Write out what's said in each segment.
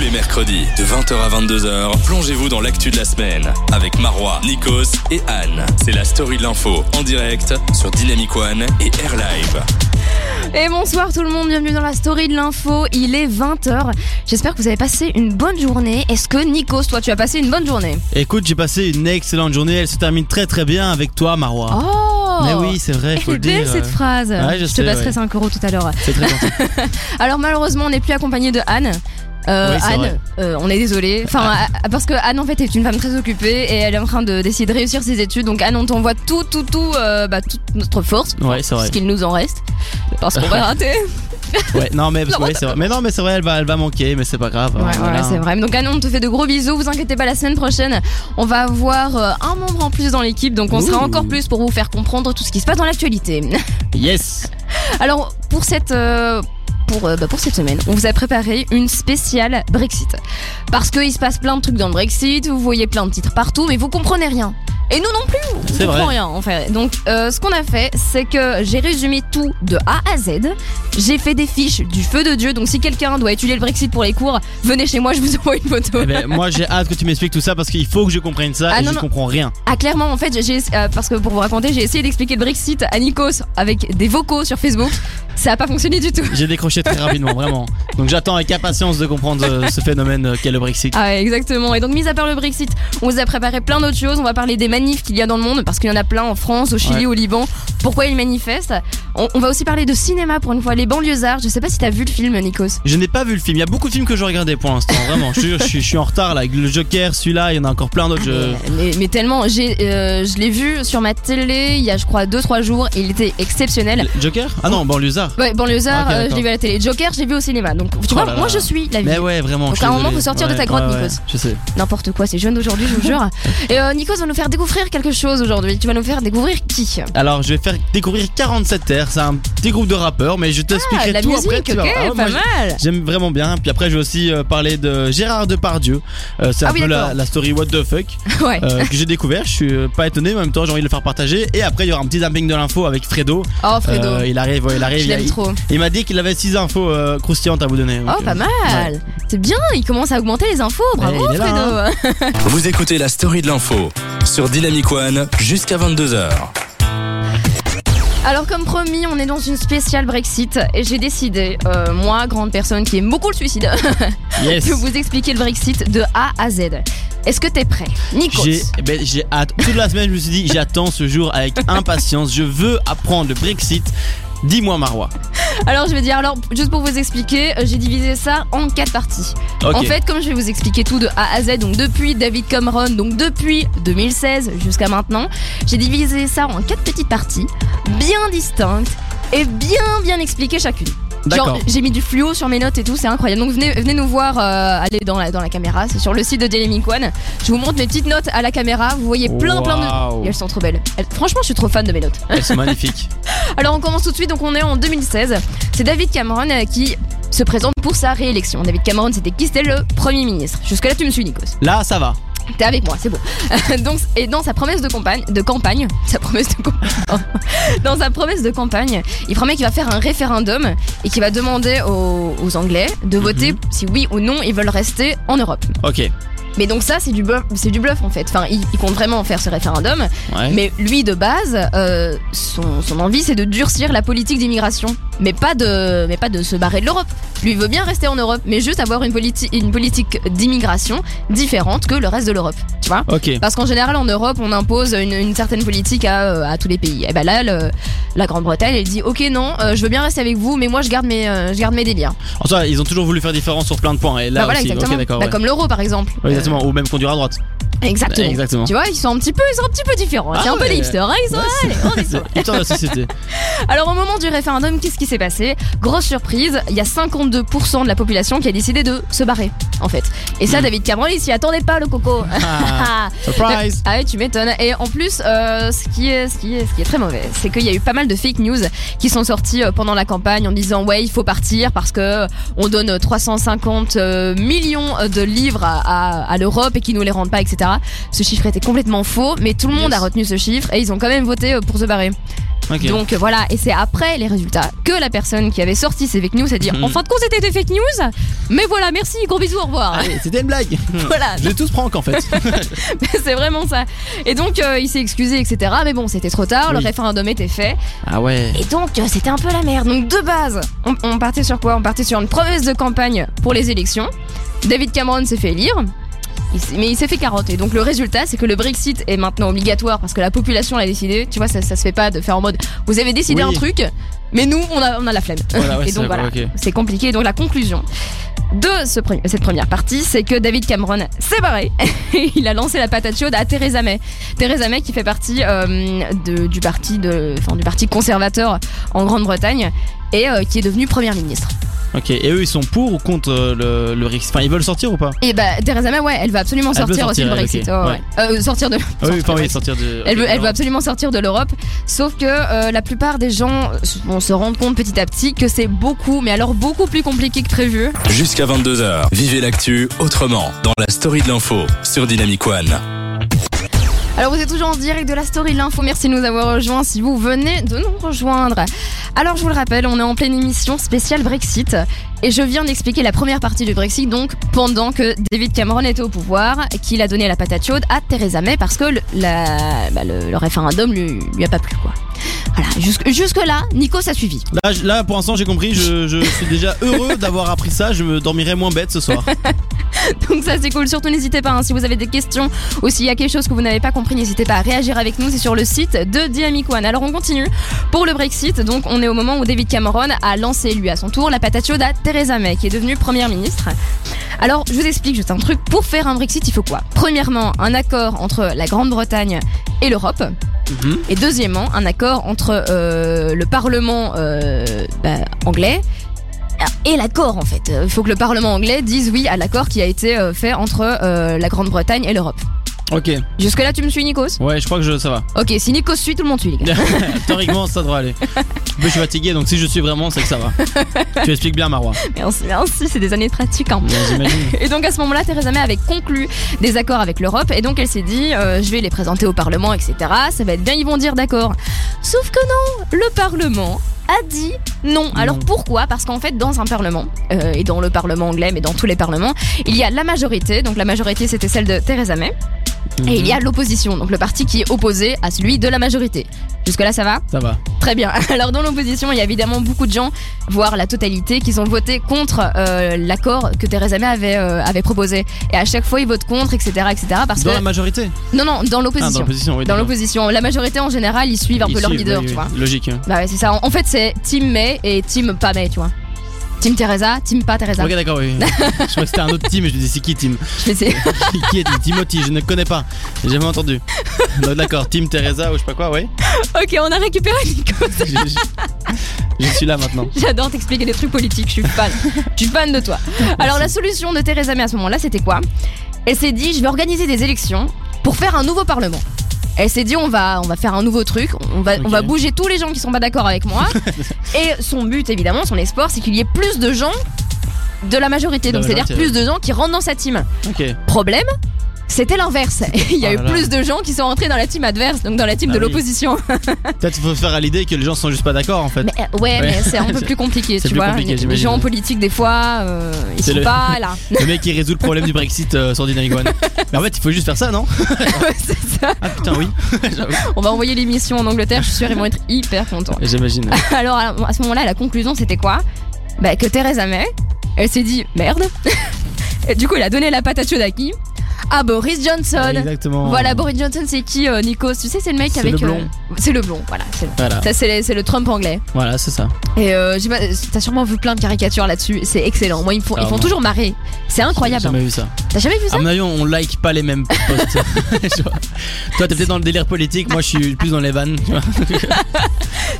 les mercredis, de 20h à 22h, plongez-vous dans l'actu de la semaine avec Marois, Nikos et Anne. C'est la story de l'info en direct sur Dynamic One et Air Live. Et bonsoir tout le monde, bienvenue dans la story de l'info. Il est 20h. J'espère que vous avez passé une bonne journée. Est-ce que Nikos, toi, tu as passé une bonne journée Écoute, j'ai passé une excellente journée. Elle se termine très très bien avec toi, Marois. Oh Mais oui, c'est vrai, faut Elle est le belle dire. cette phrase. Ouais, je te sais, passerai ouais. 5 euros tout à l'heure. C'est très gentil. Alors malheureusement, on n'est plus accompagné de Anne. Euh, Oui, c'est Anne, vrai. Ah. euh, on est désolé. Enfin, à- parce que Anne en fait est une femme très occupée et elle est en train de d'essayer de réussir ses études. Donc Anne, on t'envoie tout, tout, tout, euh, bah, toute notre force, Ouais, c'est vrai. ce qu'il nous en reste, parce qu'on va rater. Ouais, non mais parce que, Non, ouais, c'est vrai. Mais non mais c'est vrai, elle va, elle va manquer, mais c'est pas grave. Ouais, hein, voilà, voilà. c'est vrai. Donc Anne, on te fait de gros bisous. Vous inquiétez pas, la semaine prochaine, on va avoir euh, un membre en plus dans l'équipe, donc on sera Ouh. encore plus pour vous faire comprendre tout ce qui se passe dans l'actualité. Yes. Alors pour cette euh, pour, euh, bah, pour cette semaine, on vous a préparé une spéciale Brexit. Parce qu'il se passe plein de trucs dans le Brexit, vous voyez plein de titres partout, mais vous comprenez rien. Et nous non plus, on C'est comprend vrai. rien en fait. Donc euh, ce qu'on a fait, c'est que j'ai résumé tout de A à Z. J'ai fait des fiches du feu de Dieu, donc si quelqu'un doit étudier le Brexit pour les cours, venez chez moi, je vous envoie une photo. Eh ben, moi j'ai hâte que tu m'expliques tout ça parce qu'il faut que je comprenne ça Ah, et non, je non. comprends rien. Ah clairement en fait j'ai euh, parce que pour vous raconter j'ai essayé d'expliquer le Brexit à Nikos avec des vocaux sur Facebook ça a pas fonctionné du tout J'ai décroché très rapidement, vraiment. Donc j'attends avec impatience de comprendre euh, ce phénomène euh, qu'est le Brexit. ah ouais, exactement et donc mis à part le Brexit on vous a préparé plein d'autres choses on va parler des manifs qu'il y a dans le monde parce qu'il y en a plein en France au Chili Ouais. au Liban pourquoi ils manifestent on, on va aussi parler de cinéma pour une fois les banlieusards je sais pas si t'as vu le film Nikos Je n'ai pas vu le film. Il y a beaucoup de films que je regardais pour l'instant, vraiment. Je, te jure, je suis, je suis en retard là. Avec le Joker, celui-là, il y en a encore plein d'autres. Je... Mais, mais- mais tellement j'ai euh, je l'ai vu sur ma télé il y a je crois 2-3 jours il était exceptionnel Le Joker Ah non, banlieusard. ouais banlieusard Ok, euh, je d'accord. l'ai vu à la télé Joker je l'ai vu au cinéma donc tu Oh vois là là. moi je suis la vie Mais ouais, vraiment. Donc, je suis à un moment, désolé. faut sortir de Ouais, ta grotte, ouais, ouais. Nikos. Je sais. N'importe quoi, c'est jeune d'aujourd'hui, je vous jure. Et euh, Nikos va nous faire découvrir quelque chose aujourd'hui. Tu vas nous faire découvrir qui Alors, je vais faire découvrir 47 Terres. C'est un petit groupe de rappeurs, mais je t'expliquerai Ah, la tout musique, après. tu vas ok, voir. Ah ouais, moi, pas mal. J'aime vraiment bien. Puis après, je vais aussi euh, parler de Gérard Depardieu. Euh, c'est un Ah oui, peu la, d'accord. la story What the fuck Ouais. euh, que j'ai découvert. Je suis euh, pas étonné, mais en même temps, j'ai envie de le faire partager. Et après, il y aura un petit zapping de l'info avec Fredo. Oh, Fredo. Euh, il arrive, ouais, il arrive. je il, l'aime il- trop. il m'a dit qu'il avait 6 infos euh, croustillantes à vous donner. donc, Oh, pas euh, mal. ouais. C'est bien, il commence à augmenter les infos. Bravo, Ouais, il est là, hein. Fredo. Vous écoutez la story de l'info sur Dynamic One jusqu'à 22h. Alors, comme promis, on est dans une spéciale Brexit. Et j'ai décidé, euh, moi, grande personne qui aime beaucoup le suicide, Yes. de vous expliquer le Brexit de A à Z. Est-ce que t'es prêt Nikos. J'ai eh ben, j'ai hâte. Toute la semaine, je me suis dit, j'attends ce jour avec impatience. Je veux apprendre le Brexit. Dis-moi, Marois. Alors, je vais dire, alors, juste pour vous expliquer, euh, j'ai divisé ça en quatre parties. Ok. En fait, comme je vais vous expliquer tout de A à Z, donc depuis David Cameron, donc depuis 2016 jusqu'à maintenant, j'ai divisé ça en quatre petites parties, bien distinctes et bien bien expliquées chacune. Genre, D'accord. j'ai mis du fluo sur mes notes et tout, c'est incroyable. Donc venez, venez nous voir, euh, allez dans la, dans la caméra, c'est sur le site de Dynamic One. Je vous montre mes petites notes à la caméra, vous voyez plein plein de... Waouh. Et elles sont trop belles. Elles- Franchement, je suis trop fan de mes notes. Elles sont magnifiques. Alors on commence tout de suite, donc on est en 2016. C'est David Cameron euh, qui se présente pour sa réélection. David Cameron, c'était qui C'était le Premier ministre. Jusque-là, tu me suis, Nikos. Là, ça va. T'es avec moi, c'est beau. donc, et dans sa promesse de campagne, de campagne, sa promesse de campagne, dans sa promesse de campagne, il promet qu'il va faire un référendum et qu'il va demander aux, aux Anglais de voter si oui ou non ils veulent rester en Europe. Ok. Ouais. Mais donc ça, c'est du bluff, c'est du bluff en fait. Enfin, il, il compte vraiment faire ce référendum. Hein Mais lui, de base, euh, son, son envie, c'est de durcir la politique d'immigration. Mais pas de, mais pas de se barrer de l'Europe. Lui il veut bien rester en Europe, mais juste avoir une, politi- une politique d'immigration différente que le reste de l'Europe. Tu vois Ok. Parce qu'en général, en Europe, on impose une, une certaine politique à, euh, à tous les pays. Et ben là, le- la Grande-Bretagne, elle dit Ok, non, euh, je veux bien rester avec vous, mais moi, je garde mes, euh, je garde mes délires. En soi, ils ont toujours voulu faire différence sur plein de points. Et là Enfin, voilà, aussi, exactement. ok, d'accord. Bah, ouais. Comme l'euro, par exemple. Ouais, exactement. Ou même conduire à droite. Euh, exactement. Exactement. Tu vois, ils sont un petit peu, ils sont un petit peu différents. Ah c'est un peu ouais. des hipsters, hein, ils sont. Ouais, allez, on est sur- C'est Putain de la société. Alors au moment du référendum, qu'est-ce qui s'est passé Grosse surprise, il y a 52% de la population qui a décidé de se barrer, en fait. Et ça, David Cameron, il s'y attendait pas, le coco. Hmm. ah Ah, surprise. ouais, tu m'étonnes. Et en plus, euh, ce, qui est, ce, qui est, ce qui est très mauvais, c'est qu'il y a eu pas mal de fake news qui sont sorties euh, pendant la campagne en disant ouais, il faut partir parce que euh, on donne 350 euh, millions de livres à, à- à l'Europe et qu'ils nous les rendent pas, etc. Ce chiffre était complètement faux, mais tout le monde Yes. a retenu ce chiffre et ils ont quand même voté euh, pour se barrer. Ok. Donc euh, voilà, et c'est après les résultats que la personne qui avait sorti ces fake news a dit Mhm. en fin de compte c'était des fake news, mais voilà, merci, gros bisous, au revoir. Allez, c'était une blague. Voilà, Je les tous prank en fait. c'est vraiment ça. Et donc euh, il s'est excusé, etc. Mais bon, c'était trop tard, le Oui. référendum était fait. Ah ouais. Et donc euh, c'était un peu la merde. Donc de base, on, on partait sur quoi On partait sur une promesse de campagne pour les élections. David Cameron s'est fait élire. il s'est- Mais il s'est fait carotter. Donc le résultat, c'est que le Brexit est maintenant obligatoire parce que la population l'a décidé. Tu vois, ça, ça se fait pas de faire en mode vous avez décidé Oui. un truc, mais nous on a, on a la flemme. Voilà, ouais, Et c'est donc vrai, voilà, ok. c'est compliqué. Donc la conclusion de ce pre- cette première partie, c'est que David Cameron s'est barré. il a lancé la patate chaude à Theresa May. Theresa May qui fait partie euh, de- du parti de, enfin, du parti conservateur en Grande-Bretagne et euh, qui est devenue première ministre. Ok. Et eux, ils sont pour ou contre euh, le, le Brexit Enfin, ils veulent sortir ou pas Et bah Theresa May, ouais, elle va absolument Elle veut sortir, aussi sortir, du elle, Brexit. ok, ouais, ouais. ouais. Euh, sortir de. Ah sortir oui, enfin, du oui, Brexit. sortir de. Elle ok, veut, elle veut d'accord. absolument sortir de l'Europe, sauf que euh, la plupart des gens vont se rendre compte petit à petit que c'est beaucoup, mais alors beaucoup plus compliqué que prévu. Jusqu'à 22h, vivez l'actu autrement dans la story de l'info sur Dynamic One. Alors vous êtes toujours en direct de la story de l'info, merci de nous avoir rejoints si vous venez de nous rejoindre. Alors je vous le rappelle, on est en pleine émission spéciale Brexit et je viens d'expliquer la première partie du Brexit donc pendant que David Cameron était au pouvoir, qu'il a donné la patate chaude à Theresa May parce que le, la- bah, le- le référendum lui, lui a pas plu quoi. Voilà, jusque, là, Nico a suivi. Là, je- là, pour l'instant, j'ai compris. Je, je suis déjà heureux d'avoir appris ça. Je me dormirai moins bête ce soir. Donc ça c'est cool, surtout n'hésitez pas, hein, si vous avez des questions ou s'il y a quelque chose que vous n'avez pas compris, n'hésitez pas à réagir avec nous, c'est sur le site de Dynamic One. Alors on continue pour le Brexit, donc on est au moment où David Cameron a lancé lui à son tour la patate chaude à Theresa May qui est devenue Première Ministre. Alors je vous explique juste un truc, pour faire un Brexit il faut quoi Premièrement un accord entre la Grande-Bretagne et l'Europe. Mhm. Et deuxièmement, un accord entre euh, le Parlement euh, bah, anglais et l'accord en fait. Il faut que le Parlement anglais dise oui à l'accord qui a été euh, fait entre euh, la Grande-Bretagne et l'Europe. Ok. Jusque là, tu me suis Nikos Ouais, je crois que je, ça va. Ok, si Nikos suit, tout le monde suit les gars. Théoriquement, ça devrait aller. Mais je suis fatigué, donc si je suis vraiment, c'est que ça va. tu expliques bien, Marois. Merci, merci, c'est des années de pratique. hein. Ouais, J'imagine. Et donc à ce moment-là, Theresa May avait conclu des accords avec l'Europe et donc elle s'est dit euh, je vais les présenter au Parlement, etc. Ça va être bien, ils vont dire d'accord. Sauf que non, le Parlement a dit non. Alors Non. pourquoi Parce qu'en fait, dans un Parlement, euh, et dans le Parlement anglais, mais dans tous les Parlements, il y a la majorité. Donc la majorité, c'était celle de Theresa May. Et Eh, il y a l'opposition, donc le parti qui est opposé à celui de la majorité. Jusque-là, ça va Ça va. Très bien. Alors dans l'opposition, il y a évidemment beaucoup de gens, voire la totalité, qui ont voté contre euh, l'accord que Theresa May avait, euh, avait proposé. Et à chaque fois, ils votent contre, etc. etc. parce Dans que... la majorité. Non, non, dans Ah, dans l'opposition. l'opposition, oui. dans d'accord. l'opposition. La majorité, en général, ils suivent un peu Ils leur suivent, leader, oui, tu oui. vois. Logique. hein. Bah ouais, c'est ça. En- En fait, c'est Team May et Team pas May, tu vois. Team Theresa, Team pas Theresa. Ok, d'accord, oui. je crois que c'était un autre team, et je me dis, c'est qui team Je sais. Qui- Qui est team Timothy Je ne connais pas. J'ai jamais entendu. Donc, D'accord, team Teresa ou je sais pas quoi, oui. ok, on a récupéré Nico. Je, je- je suis là maintenant. J'adore t'expliquer des trucs politiques, je suis fan. je suis fan de toi. Alors la solution de Theresa May à ce moment-là, c'était quoi Elle s'est dit, je vais organiser des élections pour faire un nouveau parlement. Elle s'est dit, on va, on va faire un nouveau truc, on va, on Ok. va bouger tous les gens qui sont pas d'accord avec moi. et son but, évidemment, son espoir, c'est qu'il y ait plus de gens de la majorité, De la donc c'est-à-dire plus majorité, de gens qui rentrent dans sa team. Ok. Problème c'était l'inverse. Il y a Oh eu là là. plus de gens qui sont rentrés dans la team adverse, donc dans la team Ah de oui. l'opposition. Peut-être qu'il faut faire à l'idée que les gens sont juste pas d'accord en fait. Mais, euh, ouais, Ouais. mais c'est un peu plus compliqué, C'est tu plus vois. compliqué, Les- les j'imagine. gens en politique, des fois, euh, ils C'est sont le- pas là. Le mec qui résout le problème du Brexit euh, sur Dynamic One. Mais en fait, il faut juste faire ça, non C'est ça. Ah putain, oui. On va envoyer l'émission en Angleterre, je suis sûre, ils vont être hyper contents. J'imagine. Alors, à à ce moment-là, la conclusion, c'était quoi Bah, que Theresa May, elle s'est dit merde. Et du coup, elle a donné la patate chaude à qui À Boris Johnson. Ah, Exactement. Voilà, Boris Johnson, c'est qui, euh, Nikos Tu sais, c'est le mec C'est Ah. avec. le blond. euh, C'est le blond, voilà. c'est le- Voilà, Ça, c'est c'est le Trump anglais. voilà c'est ça. Et euh, j'ai pas- t'as sûrement vu plein de caricatures là-dessus. C'est excellent. Moi, ils me font, Ah, ils font non. toujours marrer. C'est J'ai incroyable. jamais vu ça. T'as jamais vu ça À mon avis, on like pas les mêmes posts. Tu vois. Toi, t'es peut-être dans le délire politique, moi, je suis plus dans les vannes. tu vois.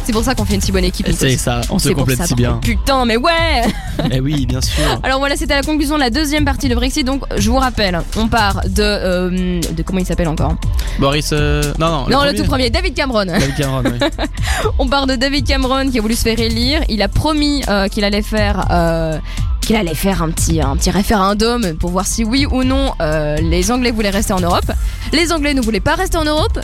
C'est pour ça qu'on fait une si bonne équipe. Nikos. C'est ça, on se C'est pour complète ça, si bien. Putain, mais ouais Eh oui, bien sûr. Alors voilà, c'était la conclusion de la deuxième partie de Brexit. Donc, je vous rappelle, on part de. euh, de comment il s'appelle encore Oh, Boris. euh, Non, non. Non, le tout premier, David Cameron. David Cameron, oui. On part de David Cameron qui a voulu se faire élire. Il a promis euh, qu'il allait faire. euh, qu'il allait faire un petit, un petit référendum pour voir si oui ou non euh, les Anglais voulaient rester en Europe. Les Anglais ne voulaient pas rester en Europe.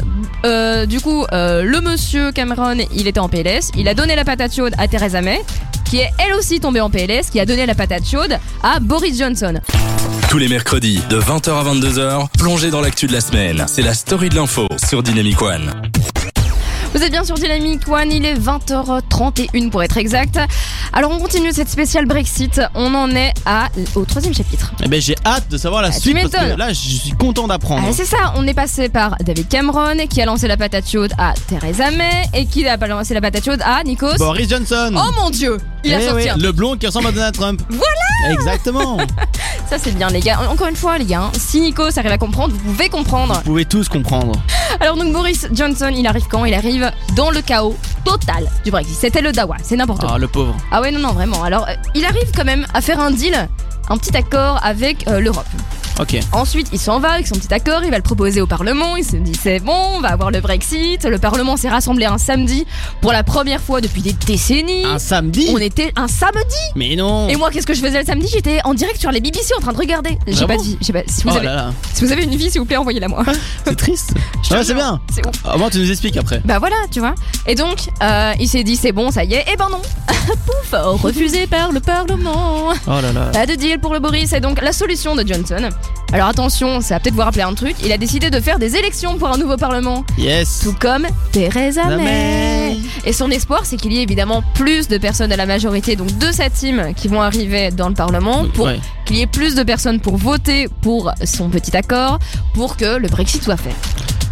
Euh, du coup, euh, le monsieur Cameron, il était en PLS. Il a donné la patate chaude à Theresa May, qui est elle aussi tombée en PLS, qui a donné la patate chaude à Boris Johnson. Tous les mercredis, de 20h à 22h, plongez dans l'actu de la semaine. C'est la story de l'info sur Dynamic One. Vous êtes bien sur Dynamic One, il est 20h31 pour être exact. Alors on continue cette spéciale Brexit, on en est à, au troisième chapitre. Eh ben j'ai hâte de savoir la Ah, tu suite parce que m'étonnes. là je suis content d'apprendre. Ah, c'est ça, on est passé par David Cameron qui a lancé la patate chaude à Theresa May et qui a lancé la patate chaude à Nikos. Boris Johnson. Oh mon dieu, il a Eh sorti ouais, un- le blond qui ressemble à Donald Trump. Voilà. Exactement. vous Ça c'est bien les gars, encore une fois les gars, hein, si Nikos arrive à comprendre, vous pouvez comprendre. pouvez tous comprendre. Alors donc Boris Johnson, il arrive quand Il arrive dans le chaos total du Brexit. C'était le dawa, c'est n'importe quoi. Ah le pauvre. Ah ouais, non, non, vraiment. Alors, euh, il arrive quand même à faire un deal, un petit accord avec euh, l'Europe. Ok. Ensuite, il s'en va avec son petit accord, il va le proposer au Parlement, il se dit c'est bon, on va avoir le Brexit. Le Parlement s'est rassemblé un samedi pour la première fois depuis des décennies. Un samedi. On était un samedi Mais non. Oh Et moi, qu'est-ce que je faisais le samedi J'étais en direct sur les BBC en train de regarder. J'ai Ah pas bon dit. j'ai pas- si, vous Oh avez, là là, si vous avez une vie, s'il vous plaît, envoyez-la moi. c'est triste. Je te ouais, jure, c'est bien. C'est ouf. Au moins, Ah, tu nous expliques après. Bah voilà, tu vois. Et donc, euh, il s'est dit c'est bon, ça y est. Et ben non Pouf Refusé par le Parlement Oh là là. Pas de deal pour le Boris, c'est donc la solution de Johnson. Alors attention, ça va peut-être vous rappeler un truc, il a décidé de faire des élections pour un nouveau Parlement, Yes. tout comme Theresa La May. May. Et son espoir, c'est qu'il y ait évidemment plus de personnes à la majorité, donc de sa team qui vont arriver dans le Parlement, pour Ouais. qu'il y ait plus de personnes pour voter pour son petit accord, pour que le Brexit soit fait.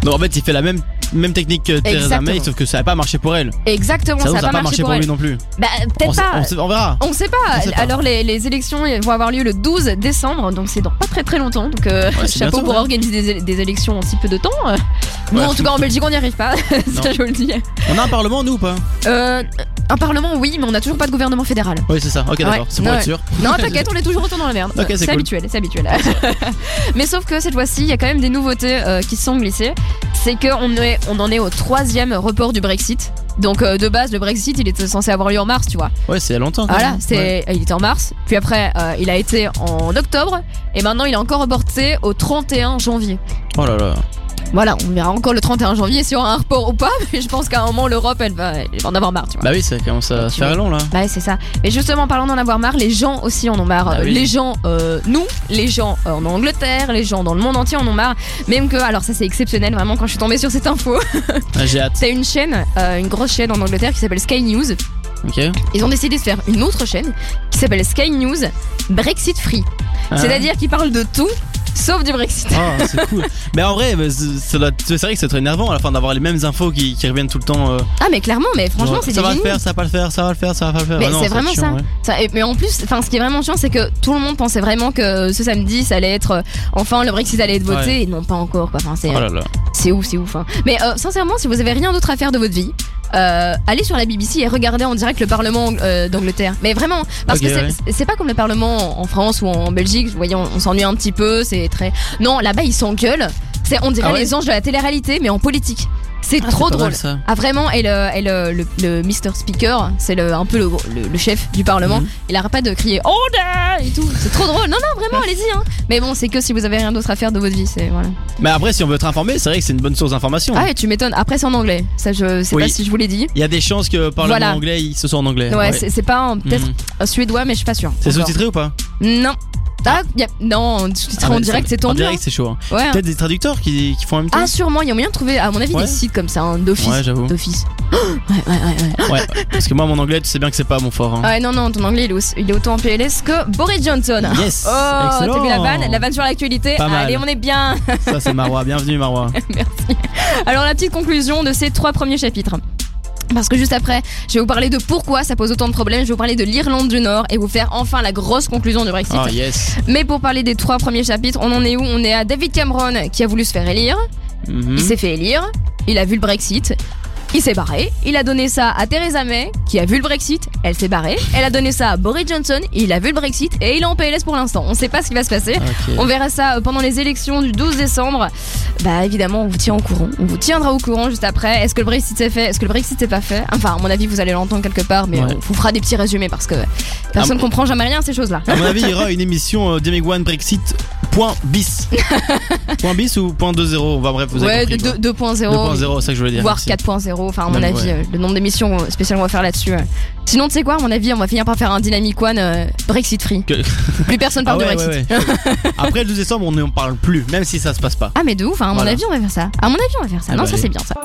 Non, en fait, il fait la même, même technique que Theresa May, Exactement. sauf que ça n'a pas marché pour elle. Exactement, ça ça n'a pas, marché pour lui elle. non plus. Bah on, peut-être sait- pas. on sait- on verra. On sait pas. On sait pas. Alors les, les élections vont avoir lieu le 12 décembre, donc c'est dans pas très très longtemps. Donc euh, Ouais, c'est chapeau bientôt, pour ouais. organiser des, éle- des élections en si peu de temps. Euh, Nous Ouais. en tout cas en Belgique on n'y arrive pas, Non. ça je vous le dis. On a un parlement, nous ou pas Euh, un parlement oui, mais on n'a toujours pas de gouvernement fédéral. Oui, c'est ça. Ok, d'accord. Ouais. C'est pour Ouais. être sûr. Non t'inquiète, on est toujours autant dans la merde. Ok, c'est c'est cool. habituel, c'est habituel. mais sauf que cette fois-ci il y a quand même des nouveautés euh, qui se sont glissées. C'est qu'on est, on en est au troisième report du Brexit. Donc euh, de base le Brexit il était censé avoir lieu en mars, tu vois. Ouais, c'est il y a longtemps. quand Voilà, même. Ouais. c'est euh, il était en mars, puis après euh, il a été en octobre et maintenant il est encore reporté au 31 janvier. Oh là là. Voilà, on verra encore le 31 janvier si on a un report ou pas, mais je pense qu'à un moment l'Europe elle va, elle va en avoir marre, tu vois. Bah oui, ça commence à Et tu faire vois. long là. Bah ouais, c'est ça. Et justement, en parlant d'en avoir marre, les gens aussi en ont marre. Ah Euh, oui. Les gens, euh, nous, les gens euh, en Angleterre, les gens dans le monde entier en ont marre. Même que, alors ça c'est exceptionnel vraiment quand je suis tombée sur cette info. Ah, J'ai hâte. C'est une chaîne, euh, une grosse chaîne en Angleterre qui s'appelle Sky News. Ok. Ils ont décidé de faire une autre chaîne qui s'appelle Sky News Brexit Free. Ah. C'est-à-dire qu'ils parlent de tout sauf du Brexit. Ah, c'est cool. Mais en vrai, bah, c'est ça doit- c'est vrai que c'est très énervant à la fin d'avoir les mêmes infos qui, qui reviennent tout le temps. euh, Ah mais clairement, mais franchement, genre, c'est des ça va le génies. faire, ça va pas le faire, ça va le faire, ça va pas le faire. Mais Ah non, c'est va vraiment être chiant, ça. ouais. Ça- et- mais en plus, enfin, ce qui est vraiment chiant, c'est que tout le monde pensait vraiment que ce samedi, ça allait être euh, enfin le Brexit allait être voté, Ouais. et non pas encore. Quoi. Enfin, c'est euh, Oh là là. c'est ouf, c'est ouf. hein. Mais euh, sincèrement, si vous avez rien d'autre à faire de votre vie. euh, allez sur la BBC et regardez en direct le Parlement euh, d'Angleterre. Mais vraiment, parce Ok, que c'est- ouais. c'est pas comme le Parlement en France ou en Belgique. Vous voyez, on, on s'ennuie un petit peu. C'est très. Non, là-bas ils s'engueulent. C'est on dirait Ah ouais les anges de la télé-réalité, mais en politique. C'est trop C'est pas drôle. mal, ça. Ah vraiment et le, et le, le, le Mr Speaker, c'est le, un peu le, le- le chef du Parlement, Mhm. il arrête pas de crier Order et tout, c'est trop drôle. Non non Ah. vraiment allez-y hein. Mais bon c'est que si vous avez rien d'autre à faire de votre vie c'est voilà. Mais après, si on veut être informé, c'est vrai que c'est une bonne source d'information. Ah ouais tu m'étonnes. Après c'est en anglais, ça je sais Oui. pas si je vous l'ai dit. Il y a des chances que par le Voilà. mot anglais, il- ce soit en anglais. Ouais, Ouais. c'est c'est pas en- peut-être Mhm. en suédois mais je suis pas sûre. C'est encore. sous-titré ou pas Non. Ah, y a- non, sous-titré Ah, en mais direct ça- c'est ton En direct, c'est chaud. hein. Ouais. Peut-être des traducteurs qui, qui font un même temps. Ah sûrement, il y a moyen de trouver à mon avis Ouais. des sites comme ça hein, d'office. Ouais, j'avoue. d'office. Ouais, ouais, ouais, ouais. Ah Ouais, parce que moi, mon anglais, tu sais bien que c'est pas mon fort. hein. Ouais, non, non, ton anglais, il est, aussi- il est autant en PLS que Boris Johnson. Yes, Oh, excellent. t'as vu la vanne La vanne sur l'actualité. Pas mal. Allez, on est bien. Ça, c'est Marois. Bienvenue, Marois. Merci. Alors, la petite conclusion de ces trois premiers chapitres. Parce que juste après, je vais vous parler de pourquoi ça pose autant de problèmes. Je vais vous parler de l'Irlande du Nord et vous faire enfin la grosse conclusion du Brexit. Oh, yes. Mais pour parler des trois premiers chapitres, on en est où On est à David Cameron qui a voulu se faire élire. Mhm. Il s'est fait élire. Il a vu le Brexit. Il s'est barré. Il a donné ça à Theresa May, qui a vu le Brexit. Elle s'est barrée. Elle a donné ça à Boris Johnson. Il a vu le Brexit. Et il est en PLS pour l'instant. On sait pas ce qui va se passer. Ok. On verra ça euh, pendant les élections du 12 décembre. Bah évidemment, on vous tient au courant. On vous tiendra au courant juste après. Est-ce que le Brexit s'est fait Est-ce que le Brexit s'est pas fait Enfin, à mon avis, vous allez l'entendre quelque part, mais Ouais. on vous fera des petits résumés parce que personne Ah, comprend jamais rien à ces choses-là. À mon avis, il y aura une émission euh, Demi One Brexit Point bis. point bis ou point 2.0 Enfin bref, vous Ouais, avez compris. de- quoi. de- 2.0, 2.0, c'est ça que je voulais dire. voire merci. 4.0. Enfin, à mon Donc, avis, ouais. euh, le nombre d'émissions euh, spéciales qu'on va faire là-dessus. euh. Sinon, tu sais quoi, à mon avis, on va finir par faire un Dynamic One euh, Brexit Free. Que- Plus personne Ah parle ouais, de Brexit. ouais, ouais. Après le 12 décembre, on n'en parle plus, même si ça se passe pas. Ah, mais de ouf, hein, à mon Voilà. avis, on va faire ça. À mon avis, on va faire ça. Ah non, bah, ça, allez. c'est bien ça.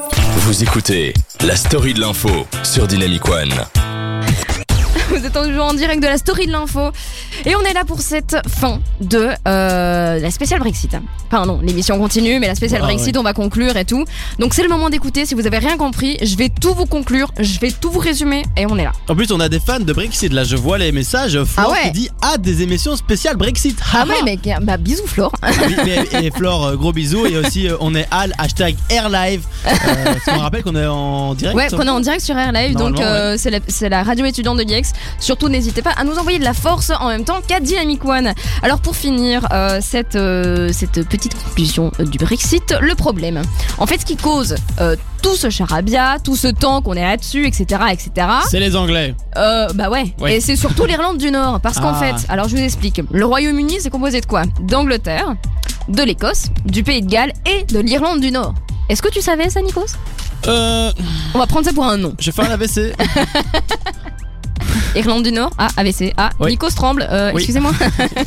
Vous écoutez la story de l'info sur Dynamic One. Vous êtes toujours en direct de la story de l'info. Et on est là pour cette fin de euh, la spéciale Brexit. Enfin non, l'émission continue, mais la spéciale Ah, Brexit, on va conclure et tout. Donc c'est le moment d'écouter. Si vous avez rien compris, je vais tout vous conclure, je vais tout vous résumer et on est là. En plus, on a des fans de Brexit. Là, je vois les messages. Flore Ah ouais. qui dit Ah, des émissions spéciales Brexit. Ah Haha. ouais, mais bah, bisous Flore. Oui, mais- et Flore, euh, gros bisous. Et aussi, euh, on est Al, hashtag AirLive. Euh, parce qu'on rappelle qu'on est en direct. Ouais, qu'on est en direct sur Air Live, donc Normalement, euh, c'est la, c'est la radio étudiante de l'IEX. Surtout, n'hésitez pas à nous envoyer de la force en même temps qu'à Dynamic One. Alors, pour finir euh, cette, euh, cette petite conclusion euh, du Brexit, le problème. En fait, ce qui cause euh, tout ce charabia, tout ce temps qu'on est là-dessus, etc., etc., C'est les Anglais. euh, bah ouais. Ouais. Et c'est surtout l'Irlande du Nord. Parce qu'en Ah. fait, alors je vous explique, le Royaume-Uni, c'est composé de quoi D'Angleterre, de l'Écosse, du Pays de Galles et de l'Irlande du Nord. Est-ce que tu savais ça, Nikos Euh, On va prendre ça pour un nom. je vais faire un AVC. Irlande du Nord, ah, AVC, ah, Oui. Nikos tremble, euh, Oui. excusez-moi.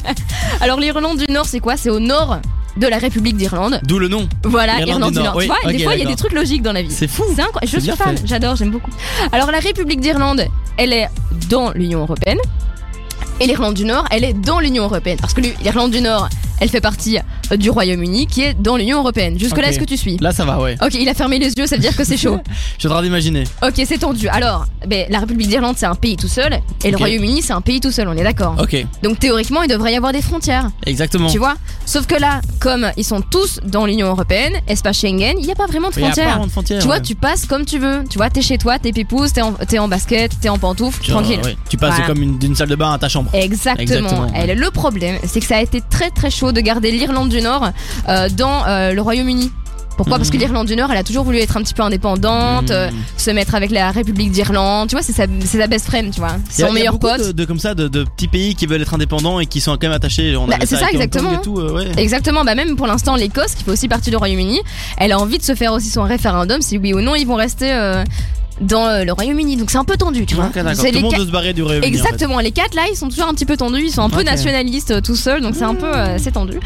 Alors l'Irlande du Nord, c'est quoi C'est au nord de la République d'Irlande. D'où le nom. Voilà, Irlande L'Irlande du du Nord. Nord, oui, Tu vois, ok, des fois, il y a d'accord. des trucs logiques dans la vie. C'est fou. C'est incroyable. Je C'est suis bien fan, fait. j'adore, j'aime beaucoup. Alors la République d'Irlande, elle est dans l'Union européenne. Et l'Irlande du Nord, elle est dans l'Union européenne. Parce que l'Irlande du Nord, elle fait partie euh, du Royaume-Uni qui est dans l'Union européenne. Jusque-là, Ok. est-ce que tu suis Là, ça va, ouais. Ok, il a fermé les yeux, ça veut dire que c'est chaud. Je suis en train d'imaginer. ok, c'est tendu. Alors, ben, la République d'Irlande, c'est un pays tout seul. Et le Ok. Royaume-Uni, c'est un pays tout seul, on est d'accord. Ok, Donc théoriquement, il devrait y avoir des frontières. exactement. Tu vois Sauf que là, comme ils sont tous dans l'Union Européenne, espace Schengen, il n'y a pas vraiment de Il y a pas frontières. vraiment de frontières, Tu vois, ouais. tu passes comme tu veux. Tu vois, t'es chez toi, t'es pépouse, t'es en, t'es en basket, t'es en pantoufle, Tu- tranquille. ouais. Tu passes Voilà. comme une- d'une salle de bain à ta chambre. Exactement. Exactement, ouais. Elle, le problème, c'est que ça a été très très chaud de garder l'Irlande du Nord euh, dans euh, le Royaume-Uni. Pourquoi Parce que l'Irlande du Nord, elle a toujours voulu être un petit peu indépendante, Mmh. euh, se mettre avec la République d'Irlande. Tu vois, c'est sa, c'est sa best friend, tu vois. Il y a- Son il y a meilleur beaucoup pote. De, de- comme ça, de, de petits pays qui veulent être indépendants et qui sont quand même attachés. On Bah, avait c'est ça, avec Hong Kong exactement. Et tout, euh, ouais. Exactement, bah même pour l'instant l'Écosse, qui fait aussi partie du Royaume-Uni, elle a envie de se faire aussi son référendum, si oui ou non ils vont rester euh, dans euh, le Royaume-Uni. Donc c'est un peu tendu, tu vois. Ok, d'accord. C'est Tout le les monde quatre- veut se barrer du Royaume-Uni. en fait. Exactement, les quatre là ils sont toujours un petit peu tendus, ils sont un peu Ok. nationalistes euh, tout seuls, donc c'est un peu euh, c'est tendu.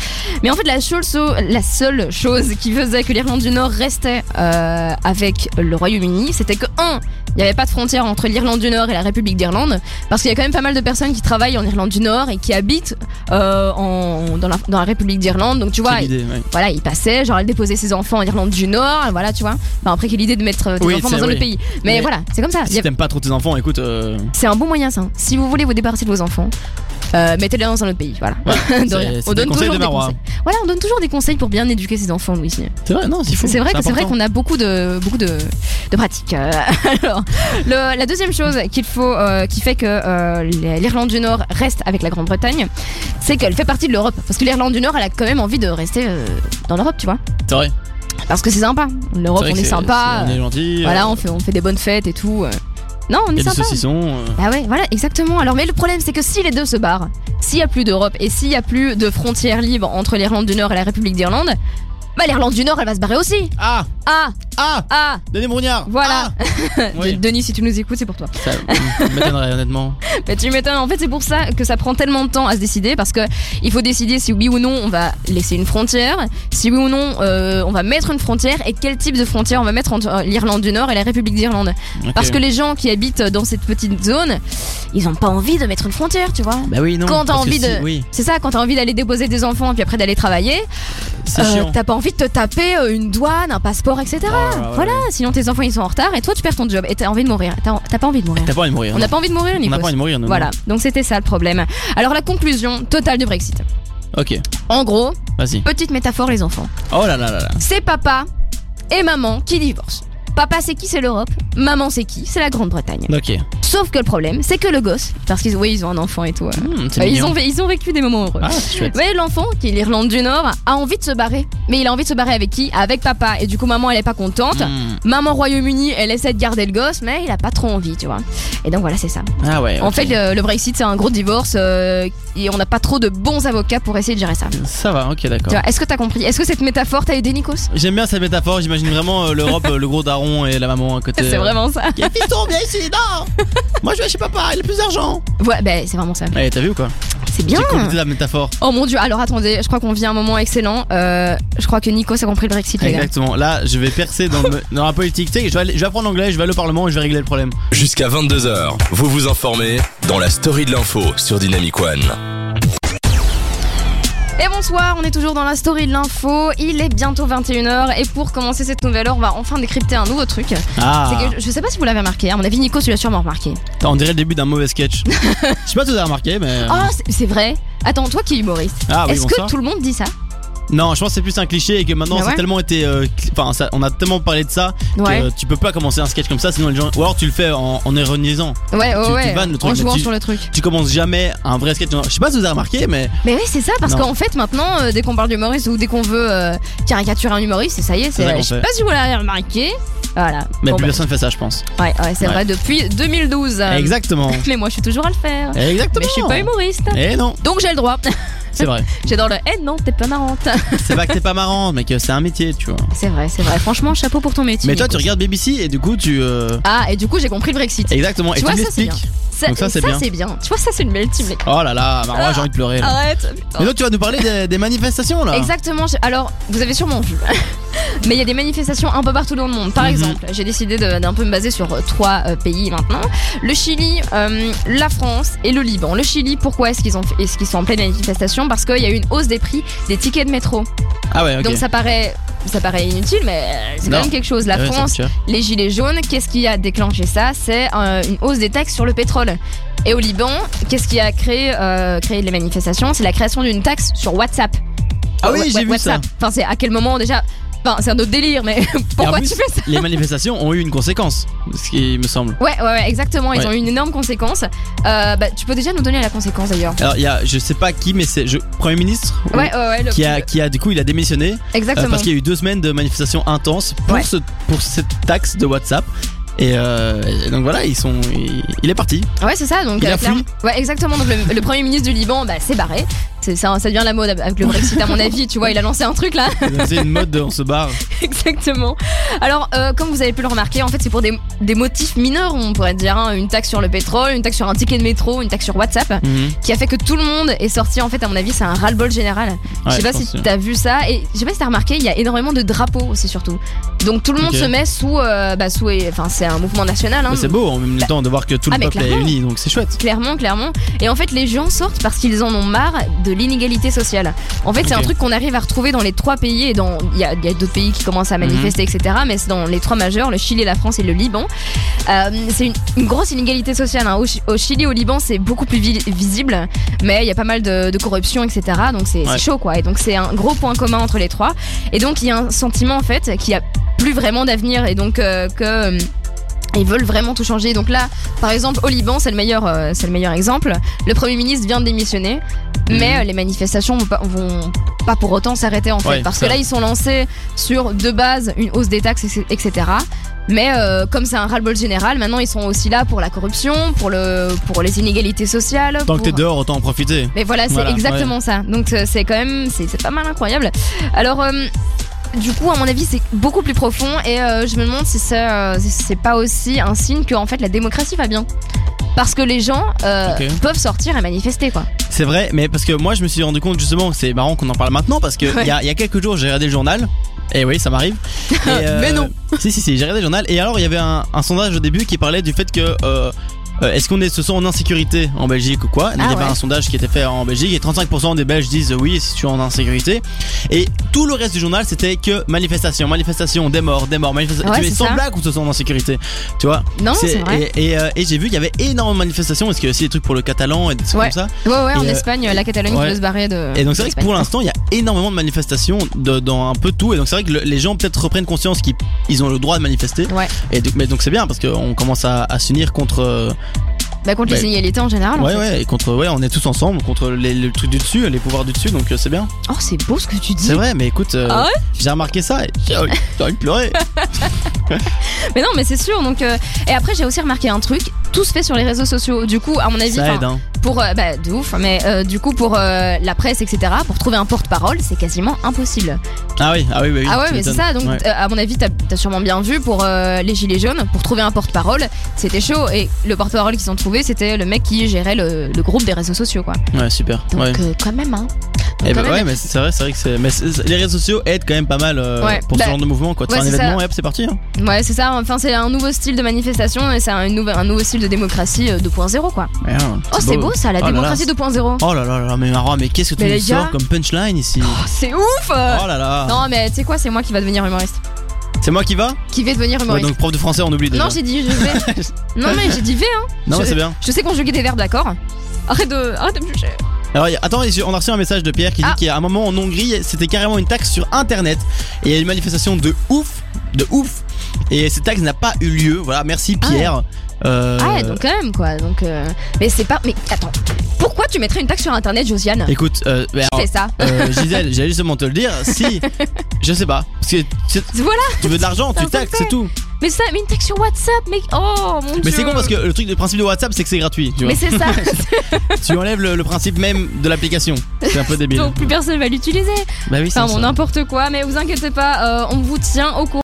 Mais en fait la, chose- la seule chose qui faisait que l'Irlande du Nord restait euh, avec le Royaume-Uni, c'était que un, il n'y avait pas de frontière entre l'Irlande du Nord et la République d'Irlande, parce qu'il y a quand même pas mal de personnes qui travaillent en Irlande du Nord et qui habitent euh, en, dans, la, dans la République d'Irlande, donc tu vois, C'est l'idée, ouais. voilà, il passait, genre elle déposait ses enfants en Irlande du Nord, voilà, tu vois. Enfin, après, quelle idée de mettre euh, tes Oui, enfants c'est- dans un oui. autre pays. Mais Mais voilà, c'est comme ça. Il y Si a- t'aimes pas trop tes enfants, écoute. euh, C'est un bon moyen, ça. hein. Si vous voulez vous débarrasser de vos enfants, euh, mettez-les dans un autre pays, voilà. De c'est- rien. c'est on des donne conseils toujours de des Marois. conseils. Voilà, on donne toujours des conseils pour bien éduquer ses enfants, Louis. C'est vrai, non, c'est fou. C'est vrai, que- c'est vrai important. qu'on a beaucoup de beaucoup de, de pratiques. Euh, alors, le- la deuxième chose qu'il faut, euh, qui fait que euh, l'Irlande du Nord reste avec la Grande-Bretagne, c'est qu'elle fait partie de l'Europe. Parce que l'Irlande du Nord, elle a quand même envie de rester euh, dans l'Europe, tu vois. C'est vrai. Parce que c'est sympa. L'Europe, C'est vrai on que est c'est- sympa. c'est- On est gentil. euh, Voilà, on fait, on fait des bonnes fêtes et tout. euh. Non, on Il y est a des sympa. saucissons. euh, Ah ouais, voilà, exactement. Alors, mais le problème, c'est que si les deux se barrent, s'il y a plus d'Europe et s'il y a plus de frontières libres entre l'Irlande du Nord et la République d'Irlande, bah l'Irlande du Nord, elle va se barrer aussi. Ah Ah, Ah ah, Denis Brognard Voilà. Ah Oui, Denis, si tu nous écoutes, c'est pour toi. ça m'étonnerait, honnêtement. Mais tu m'étonnes. En fait, c'est pour ça que ça prend tellement de temps à se décider parce que il faut décider si oui ou non on va laisser une frontière, si oui ou non euh, on va mettre une frontière et quel type de frontière on va mettre entre euh, l'Irlande du Nord et la République d'Irlande. Ok. Parce que les gens qui habitent dans cette petite zone, ils ont pas envie de mettre une frontière, tu vois. Bah oui, non. Quand t'as parce que envie si- de. Oui, C'est ça, quand t'as envie d'aller déposer des enfants, puis après d'aller travailler, c'est euh, chiant. t'as pas envie de te taper euh, une douane, un passeport, etc. Ah, ouais, ouais, voilà, sinon tes enfants ils sont en retard et toi tu perds ton job et t'as envie de mourir. T'as t'as pas envie de mourir. T'as pas envie de mourir. On n'a pas envie de mourir, On Nico. n'a pas envie de mourir, non. Voilà, donc c'était ça le problème. Alors la conclusion totale du Brexit. Ok, En gros, vas-y. petite métaphore les enfants. Oh là là là là. C'est papa et maman qui divorcent. Papa c'est qui C'est l'Europe. Maman c'est qui C'est la Grande-Bretagne. Ok. Sauf que le problème, c'est que le gosse, parce qu'ils oui, ils ont un enfant et tout. euh, Hmm, c'est euh, ils, mignon. ont, vé- ils ont vécu des moments heureux. Ah, c'est chouette. Mais l'enfant, qui est l'Irlande du Nord, a envie de se barrer. Mais il a envie de se barrer avec qui Avec papa. Et du coup, maman, elle est pas contente. Hmm. Maman Royaume-Uni, elle essaie de garder le gosse, mais il a pas trop envie, tu vois. Et donc voilà, c'est ça. Ah ouais. En ok. fait, le, le Brexit, c'est un gros divorce euh, et on n'a pas trop de bons avocats pour essayer de gérer ça. ça va. Ok, Tu d'accord. vois, Est-ce que t'as compris Est-ce que cette métaphore t'a aidé, Nikos J'aime bien cette métaphore. J'imagine vraiment euh, l'Europe, euh, le gros daron et la maman à côté. euh. C'est vraiment ça. Et fiston, viens ici, non Moi je vais chez papa, il a plus d'argent Ouais, ben c'est vraiment ça. Eh, t'as vu ou quoi C'est bien. J'ai compris la métaphore. Oh mon dieu, alors attendez, je crois qu'on vit un moment excellent. Euh, je crois que Nikos a compris le Brexit, les gars. Exactement. Là, je vais percer dans, le- dans la politique. Tu sais, je vais, aller- je vais apprendre l'anglais, je vais aller au Parlement et je vais régler le problème. Jusqu'à 22h, vous vous informez dans la story de l'info sur Dynamic One. Et bonsoir, on est toujours dans la story de l'info. Il est bientôt 21h et pour commencer cette nouvelle heure, on va enfin décrypter un nouveau truc. Ah C'est que je, je sais pas si vous l'avez remarqué, hein, à mon avis, Nikos, tu l'as sûrement remarqué. Attends, On dirait le début d'un mauvais sketch. je sais pas si vous avez remarqué, mais. Oh, c'est- c'est vrai. Attends, toi qui es humoriste, Ah oui, est-ce que bonsoir. tout le monde dit ça Non, je pense que c'est plus un cliché et que maintenant Ah ça a ouais tellement été. euh, cli- Enfin, ça- on a tellement parlé de ça que tu peux pas commencer un sketch comme ça, sinon les gens. Ou alors tu le fais en, en ironisant. Ouais, ouais, tu ouais. vannes le truc, en mais jouant tu- sur le truc. Tu commences jamais un vrai sketch. Je sais pas si vous avez remarqué, mais. Mais oui, c'est ça, parce Non. qu'en fait, maintenant, euh, dès qu'on parle d'humoriste ou dès qu'on veut euh, caricaturer un humoriste, ça y est, C'est ça c'est. qu'on Je sais fait. pas si vous l'avez remarqué. Voilà. Mais Bon, plus bah, personne fait ça, je pense. ouais, ouais, c'est Ouais. vrai, depuis 2012. euh, Exactement. Mais moi, je suis toujours à le faire. Exactement. Mais je suis pas humoriste. Eh non, Donc j'ai le droit. c'est vrai. J'adore le. Eh non, t'es pas marrante. C'est pas que t'es pas marrant, mais que c'est un métier, tu vois. C'est vrai, c'est vrai. Franchement, chapeau pour ton métier. Mais toi, tu Nico. regardes BBC et du coup, tu. euh, Ah, et du coup, j'ai compris le Brexit. Exactement, et Tu tu vois, ça, c'est m'expliques. donc ça, c'est bien. c'est bien. Tu vois, ça, c'est une belle team. mec. Oh là là, Marois, j'ai envie de pleurer. là. Arrête. Mais hein. donc, tu vas nous parler des, des manifestations là Exactement. j'ai- Alors, vous avez sûrement vu. Mais il y a des manifestations un peu partout dans le monde. Par Mhm. exemple, j'ai décidé de- d'un peu me baser sur euh, trois euh, pays maintenant le Chili, euh, la France et le Liban. Le Chili, pourquoi est-ce qu'ils ont fait- est-ce qu'ils sont en pleine manifestation Parce qu'il y a eu une hausse des prix des tickets de métro. Ah ouais, ok. Donc ça paraît, ça paraît inutile, mais euh, c'est quand Non. même quelque chose. La Ouais, ça coûte France, Ah cher. les gilets jaunes, qu'est-ce qui a déclenché ça C'est euh, une hausse des taxes sur le pétrole. Et au Liban, qu'est-ce qui a créé, euh, créé les manifestations C'est la création d'une taxe sur WhatsApp. Ah Wa- oui, wa- j'ai vu ça. WhatsApp. Enfin, c'est à quel moment déjà Enfin, c'est un autre délire, mais pourquoi Et en plus, tu fais ça Les manifestations ont eu une conséquence, ce qui me semble. Ouais, ouais, ouais, exactement. Ils Ouais. ont eu une énorme conséquence. Euh, bah, tu peux déjà nous donner la conséquence d'ailleurs. Alors, il y a, je sais pas qui, mais c'est. Je, Premier ministre Ouais, ouais, ouais. le- Qui a, qui a du coup il a démissionné euh, Exactement. parce qu'il y a eu deux semaines de manifestations intenses pour, Ouais. ce, pour cette taxe de WhatsApp et, euh, et donc voilà ils sont il, il est parti Ouais, c'est ça. Donc, euh, Il a clairement- fui. ouais, exactement. Donc, le, le premier ministre du Liban, bah, c'est barré. C'est ça, ça devient la mode avec le Brexit, à mon avis. Tu vois, il a lancé un truc là. c'est une mode de- on se barre exactement. Alors, euh, comme vous avez pu le remarquer, en fait, c'est pour des, des motifs mineurs, on pourrait dire. hein. Une taxe sur le pétrole, une taxe sur un ticket de métro, une taxe sur WhatsApp, Mhm. qui a fait que tout le monde est sorti. En fait, à mon avis, c'est un ras-le-bol général. je Ouais, sais pas je si pense, t'as vu ça. Et je sais pas si t'as remarqué, il y a énormément de drapeaux aussi, surtout. Donc, tout le monde Ok. se met sous. euh, bah, sous. Enfin, c'est un mouvement national. Hein, Mais c'est beau en même temps de voir que tout le Ah, mais peuple est clairement. uni, donc c'est chouette. Clairement, clairement. Et en fait, les gens sortent parce qu'ils en ont marre de l'inégalité sociale. En fait, c'est Ok. un truc qu'on arrive à retrouver dans les trois pays. Et dans, il y a, il y a d'autres pays qui commencent Mhm. à manifester, etc. Mais c'est dans les trois majeurs le Chili, la France et le Liban. Euh, c'est une, une grosse inégalité sociale. hein. Au, Chi- au Chili, au Liban, c'est beaucoup plus vi- visible, mais il y a pas mal de, de corruption, etc. Donc c'est c'est Ouais. chaud, quoi. Et donc c'est un gros point commun entre les trois. Et donc il y a un sentiment, en fait, qu'il y a plus vraiment d'avenir et donc euh, que. euh, ils veulent vraiment tout changer. Donc là, par exemple, au Liban, c'est le meilleur, euh, c'est le meilleur exemple. Le premier ministre vient de démissionner, mais Mhm. euh, les manifestations vont pas, vont pas pour autant s'arrêter en fait, Ouais, parce ça. que là, ils sont lancés sur de base une hausse des taxes, etc. Mais euh, comme c'est un ras-le-bol général, maintenant ils sont aussi là pour la corruption, pour le, pour les inégalités sociales. Tant que t'es pour- hein. dehors, autant en profiter. mais voilà, c'est Voilà, exactement ça. Donc euh, c'est quand même, c'est c'est pas mal incroyable. Alors. euh, du coup, à mon avis, c'est beaucoup plus profond et euh, je me demande si c'est euh, si c'est pas aussi un signe que en fait la démocratie va bien, parce que les gens euh, Ok. peuvent sortir et manifester quoi. C'est vrai, mais parce que moi je me suis rendu compte justement, c'est marrant qu'on en parle maintenant parce que il Ouais. y, a, il y a quelques jours j'ai regardé le journal. Et oui, ça m'arrive. Et, euh, Mais non. Si si si, j'ai regardé le journal et alors il y avait un, un sondage au début qui parlait du fait que euh, euh, est-ce qu'on est se sent en insécurité en Belgique ou quoi Donc, Ah Il y avait ouais. un sondage qui était fait en Belgique et 35% des Belges disent euh, oui si tu es en insécurité. Et tout le reste du journal c'était que manifestation, manifestation, des morts, des morts, manifestation. Ouais, tu es c'est sans ça. blague ou se sent en insécurité. Tu vois Non, c'est vrai. Et, et, euh, et j'ai vu qu'il y avait énormément de manifestations parce qu'il y a aussi des trucs pour le catalan et des trucs Ouais. comme ça. Ouais, ouais, en et, euh, Espagne, la Catalogne ouais. qui veut se barrer de. Et donc c'est vrai que d'Espagne. pour l'instant il y a énormément de manifestations de- dans un peu tout et donc c'est vrai que le- les gens peut-être reprennent conscience qu'ils ils ont le droit de manifester Ouais. et donc, mais donc c'est bien parce qu'on commence à, à s'unir contre euh, Bah, contre les Bah, inégalités en général. en Ouais, fait. ouais, et contre, ouais, on est tous ensemble, contre les, le truc du dessus, les pouvoirs du dessus, donc euh, c'est bien. Oh, c'est beau ce que tu dis. C'est vrai, mais écoute, euh, Ah j'ai remarqué ça et j'ai envie- j'ai envie de pleurer. Mais non, mais c'est sûr. Donc, euh, et après, j'ai aussi remarqué un truc. Tout se fait sur les réseaux sociaux. Du coup, à mon avis, Ça enfin, aide, hein. pour euh, bah, de ouf. Mais euh, du coup, pour euh, la presse, etc., pour trouver un porte-parole, c'est quasiment impossible. Ah oui, ah oui, bah oui. ah ouais, tu mais c'est m'étonnes. ça. Donc, Ouais. euh, à mon avis, t'as as sûrement bien vu pour euh, les gilets jaunes. Pour trouver un porte-parole, c'était chaud. Et le porte-parole qu'ils ont trouvé, c'était le mec qui gérait le, le groupe des réseaux sociaux, quoi. Ouais, super. Donc, ouais. euh, quand même, hein. Donc, Eh quand ben même, ouais, mais c'est vrai, c'est vrai que c'est. Mais c'est- les réseaux sociaux aident quand même pas mal euh, Ouais, pour bah, ce genre de mouvement. Quand tu ouais, fais un c'est ça. événement, hop, c'est parti. hein. Ouais, c'est ça. Enfin, c'est un nouveau style de manifestation et c'est un, nouveau- un nouveau style de démocratie euh, 2.0, quoi. Ouais, hein, Oh, c'est beau ça, la Oh là là, démocratie 2.0. Oh là là là, mais Mara, mais qu'est-ce que tu Mais les nous sors gars- comme punchline ici Oh, c'est ouf euh. Oh là là Non, mais tu sais quoi, c'est moi qui va devenir humoriste. C'est moi qui va Qui vais devenir Ouais, humoriste. Donc prof de français, on oublie déjà. non, j'ai dit je vais. non, mais j'ai dit vais, hein. Non, mais je- c'est bien. Je sais conjuguer des verbes, d'accord Arrête de, arrête de me juger. Alors, il y a- attends, on a reçu un message de Pierre qui dit Ah. qu'à un moment en Hongrie, c'était carrément une taxe sur internet. Et il y a eu une manifestation de ouf, de ouf. Et cette taxe n'a pas eu lieu. Voilà, merci Ah. Pierre. Euh, Ah, ouais, donc quand même, quoi. Donc, euh, Mais c'est pas. Mais attends, pourquoi tu mettrais une taxe sur internet, Josiane Écoute, euh, bah, Qui fait ça euh, Gisèle, j'allais justement te le dire. Si, je sais pas. Parce que tu, Voilà tu veux de l'argent, tu Ça, ça taxes, fait. c'est tout. Mais ça, mais une taxe sur WhatsApp, mais. Oh mon dieu Mais c'est con parce que le truc, le principe de WhatsApp, c'est que c'est gratuit. Tu, vois. Mais c'est ça tu enlèves le, le principe même de l'application. C'est un peu débile. Donc plus personne va l'utiliser. bah oui, c'est Enfin, ça. bon, n'importe quoi, mais vous inquiétez pas, euh, on vous tient au courant.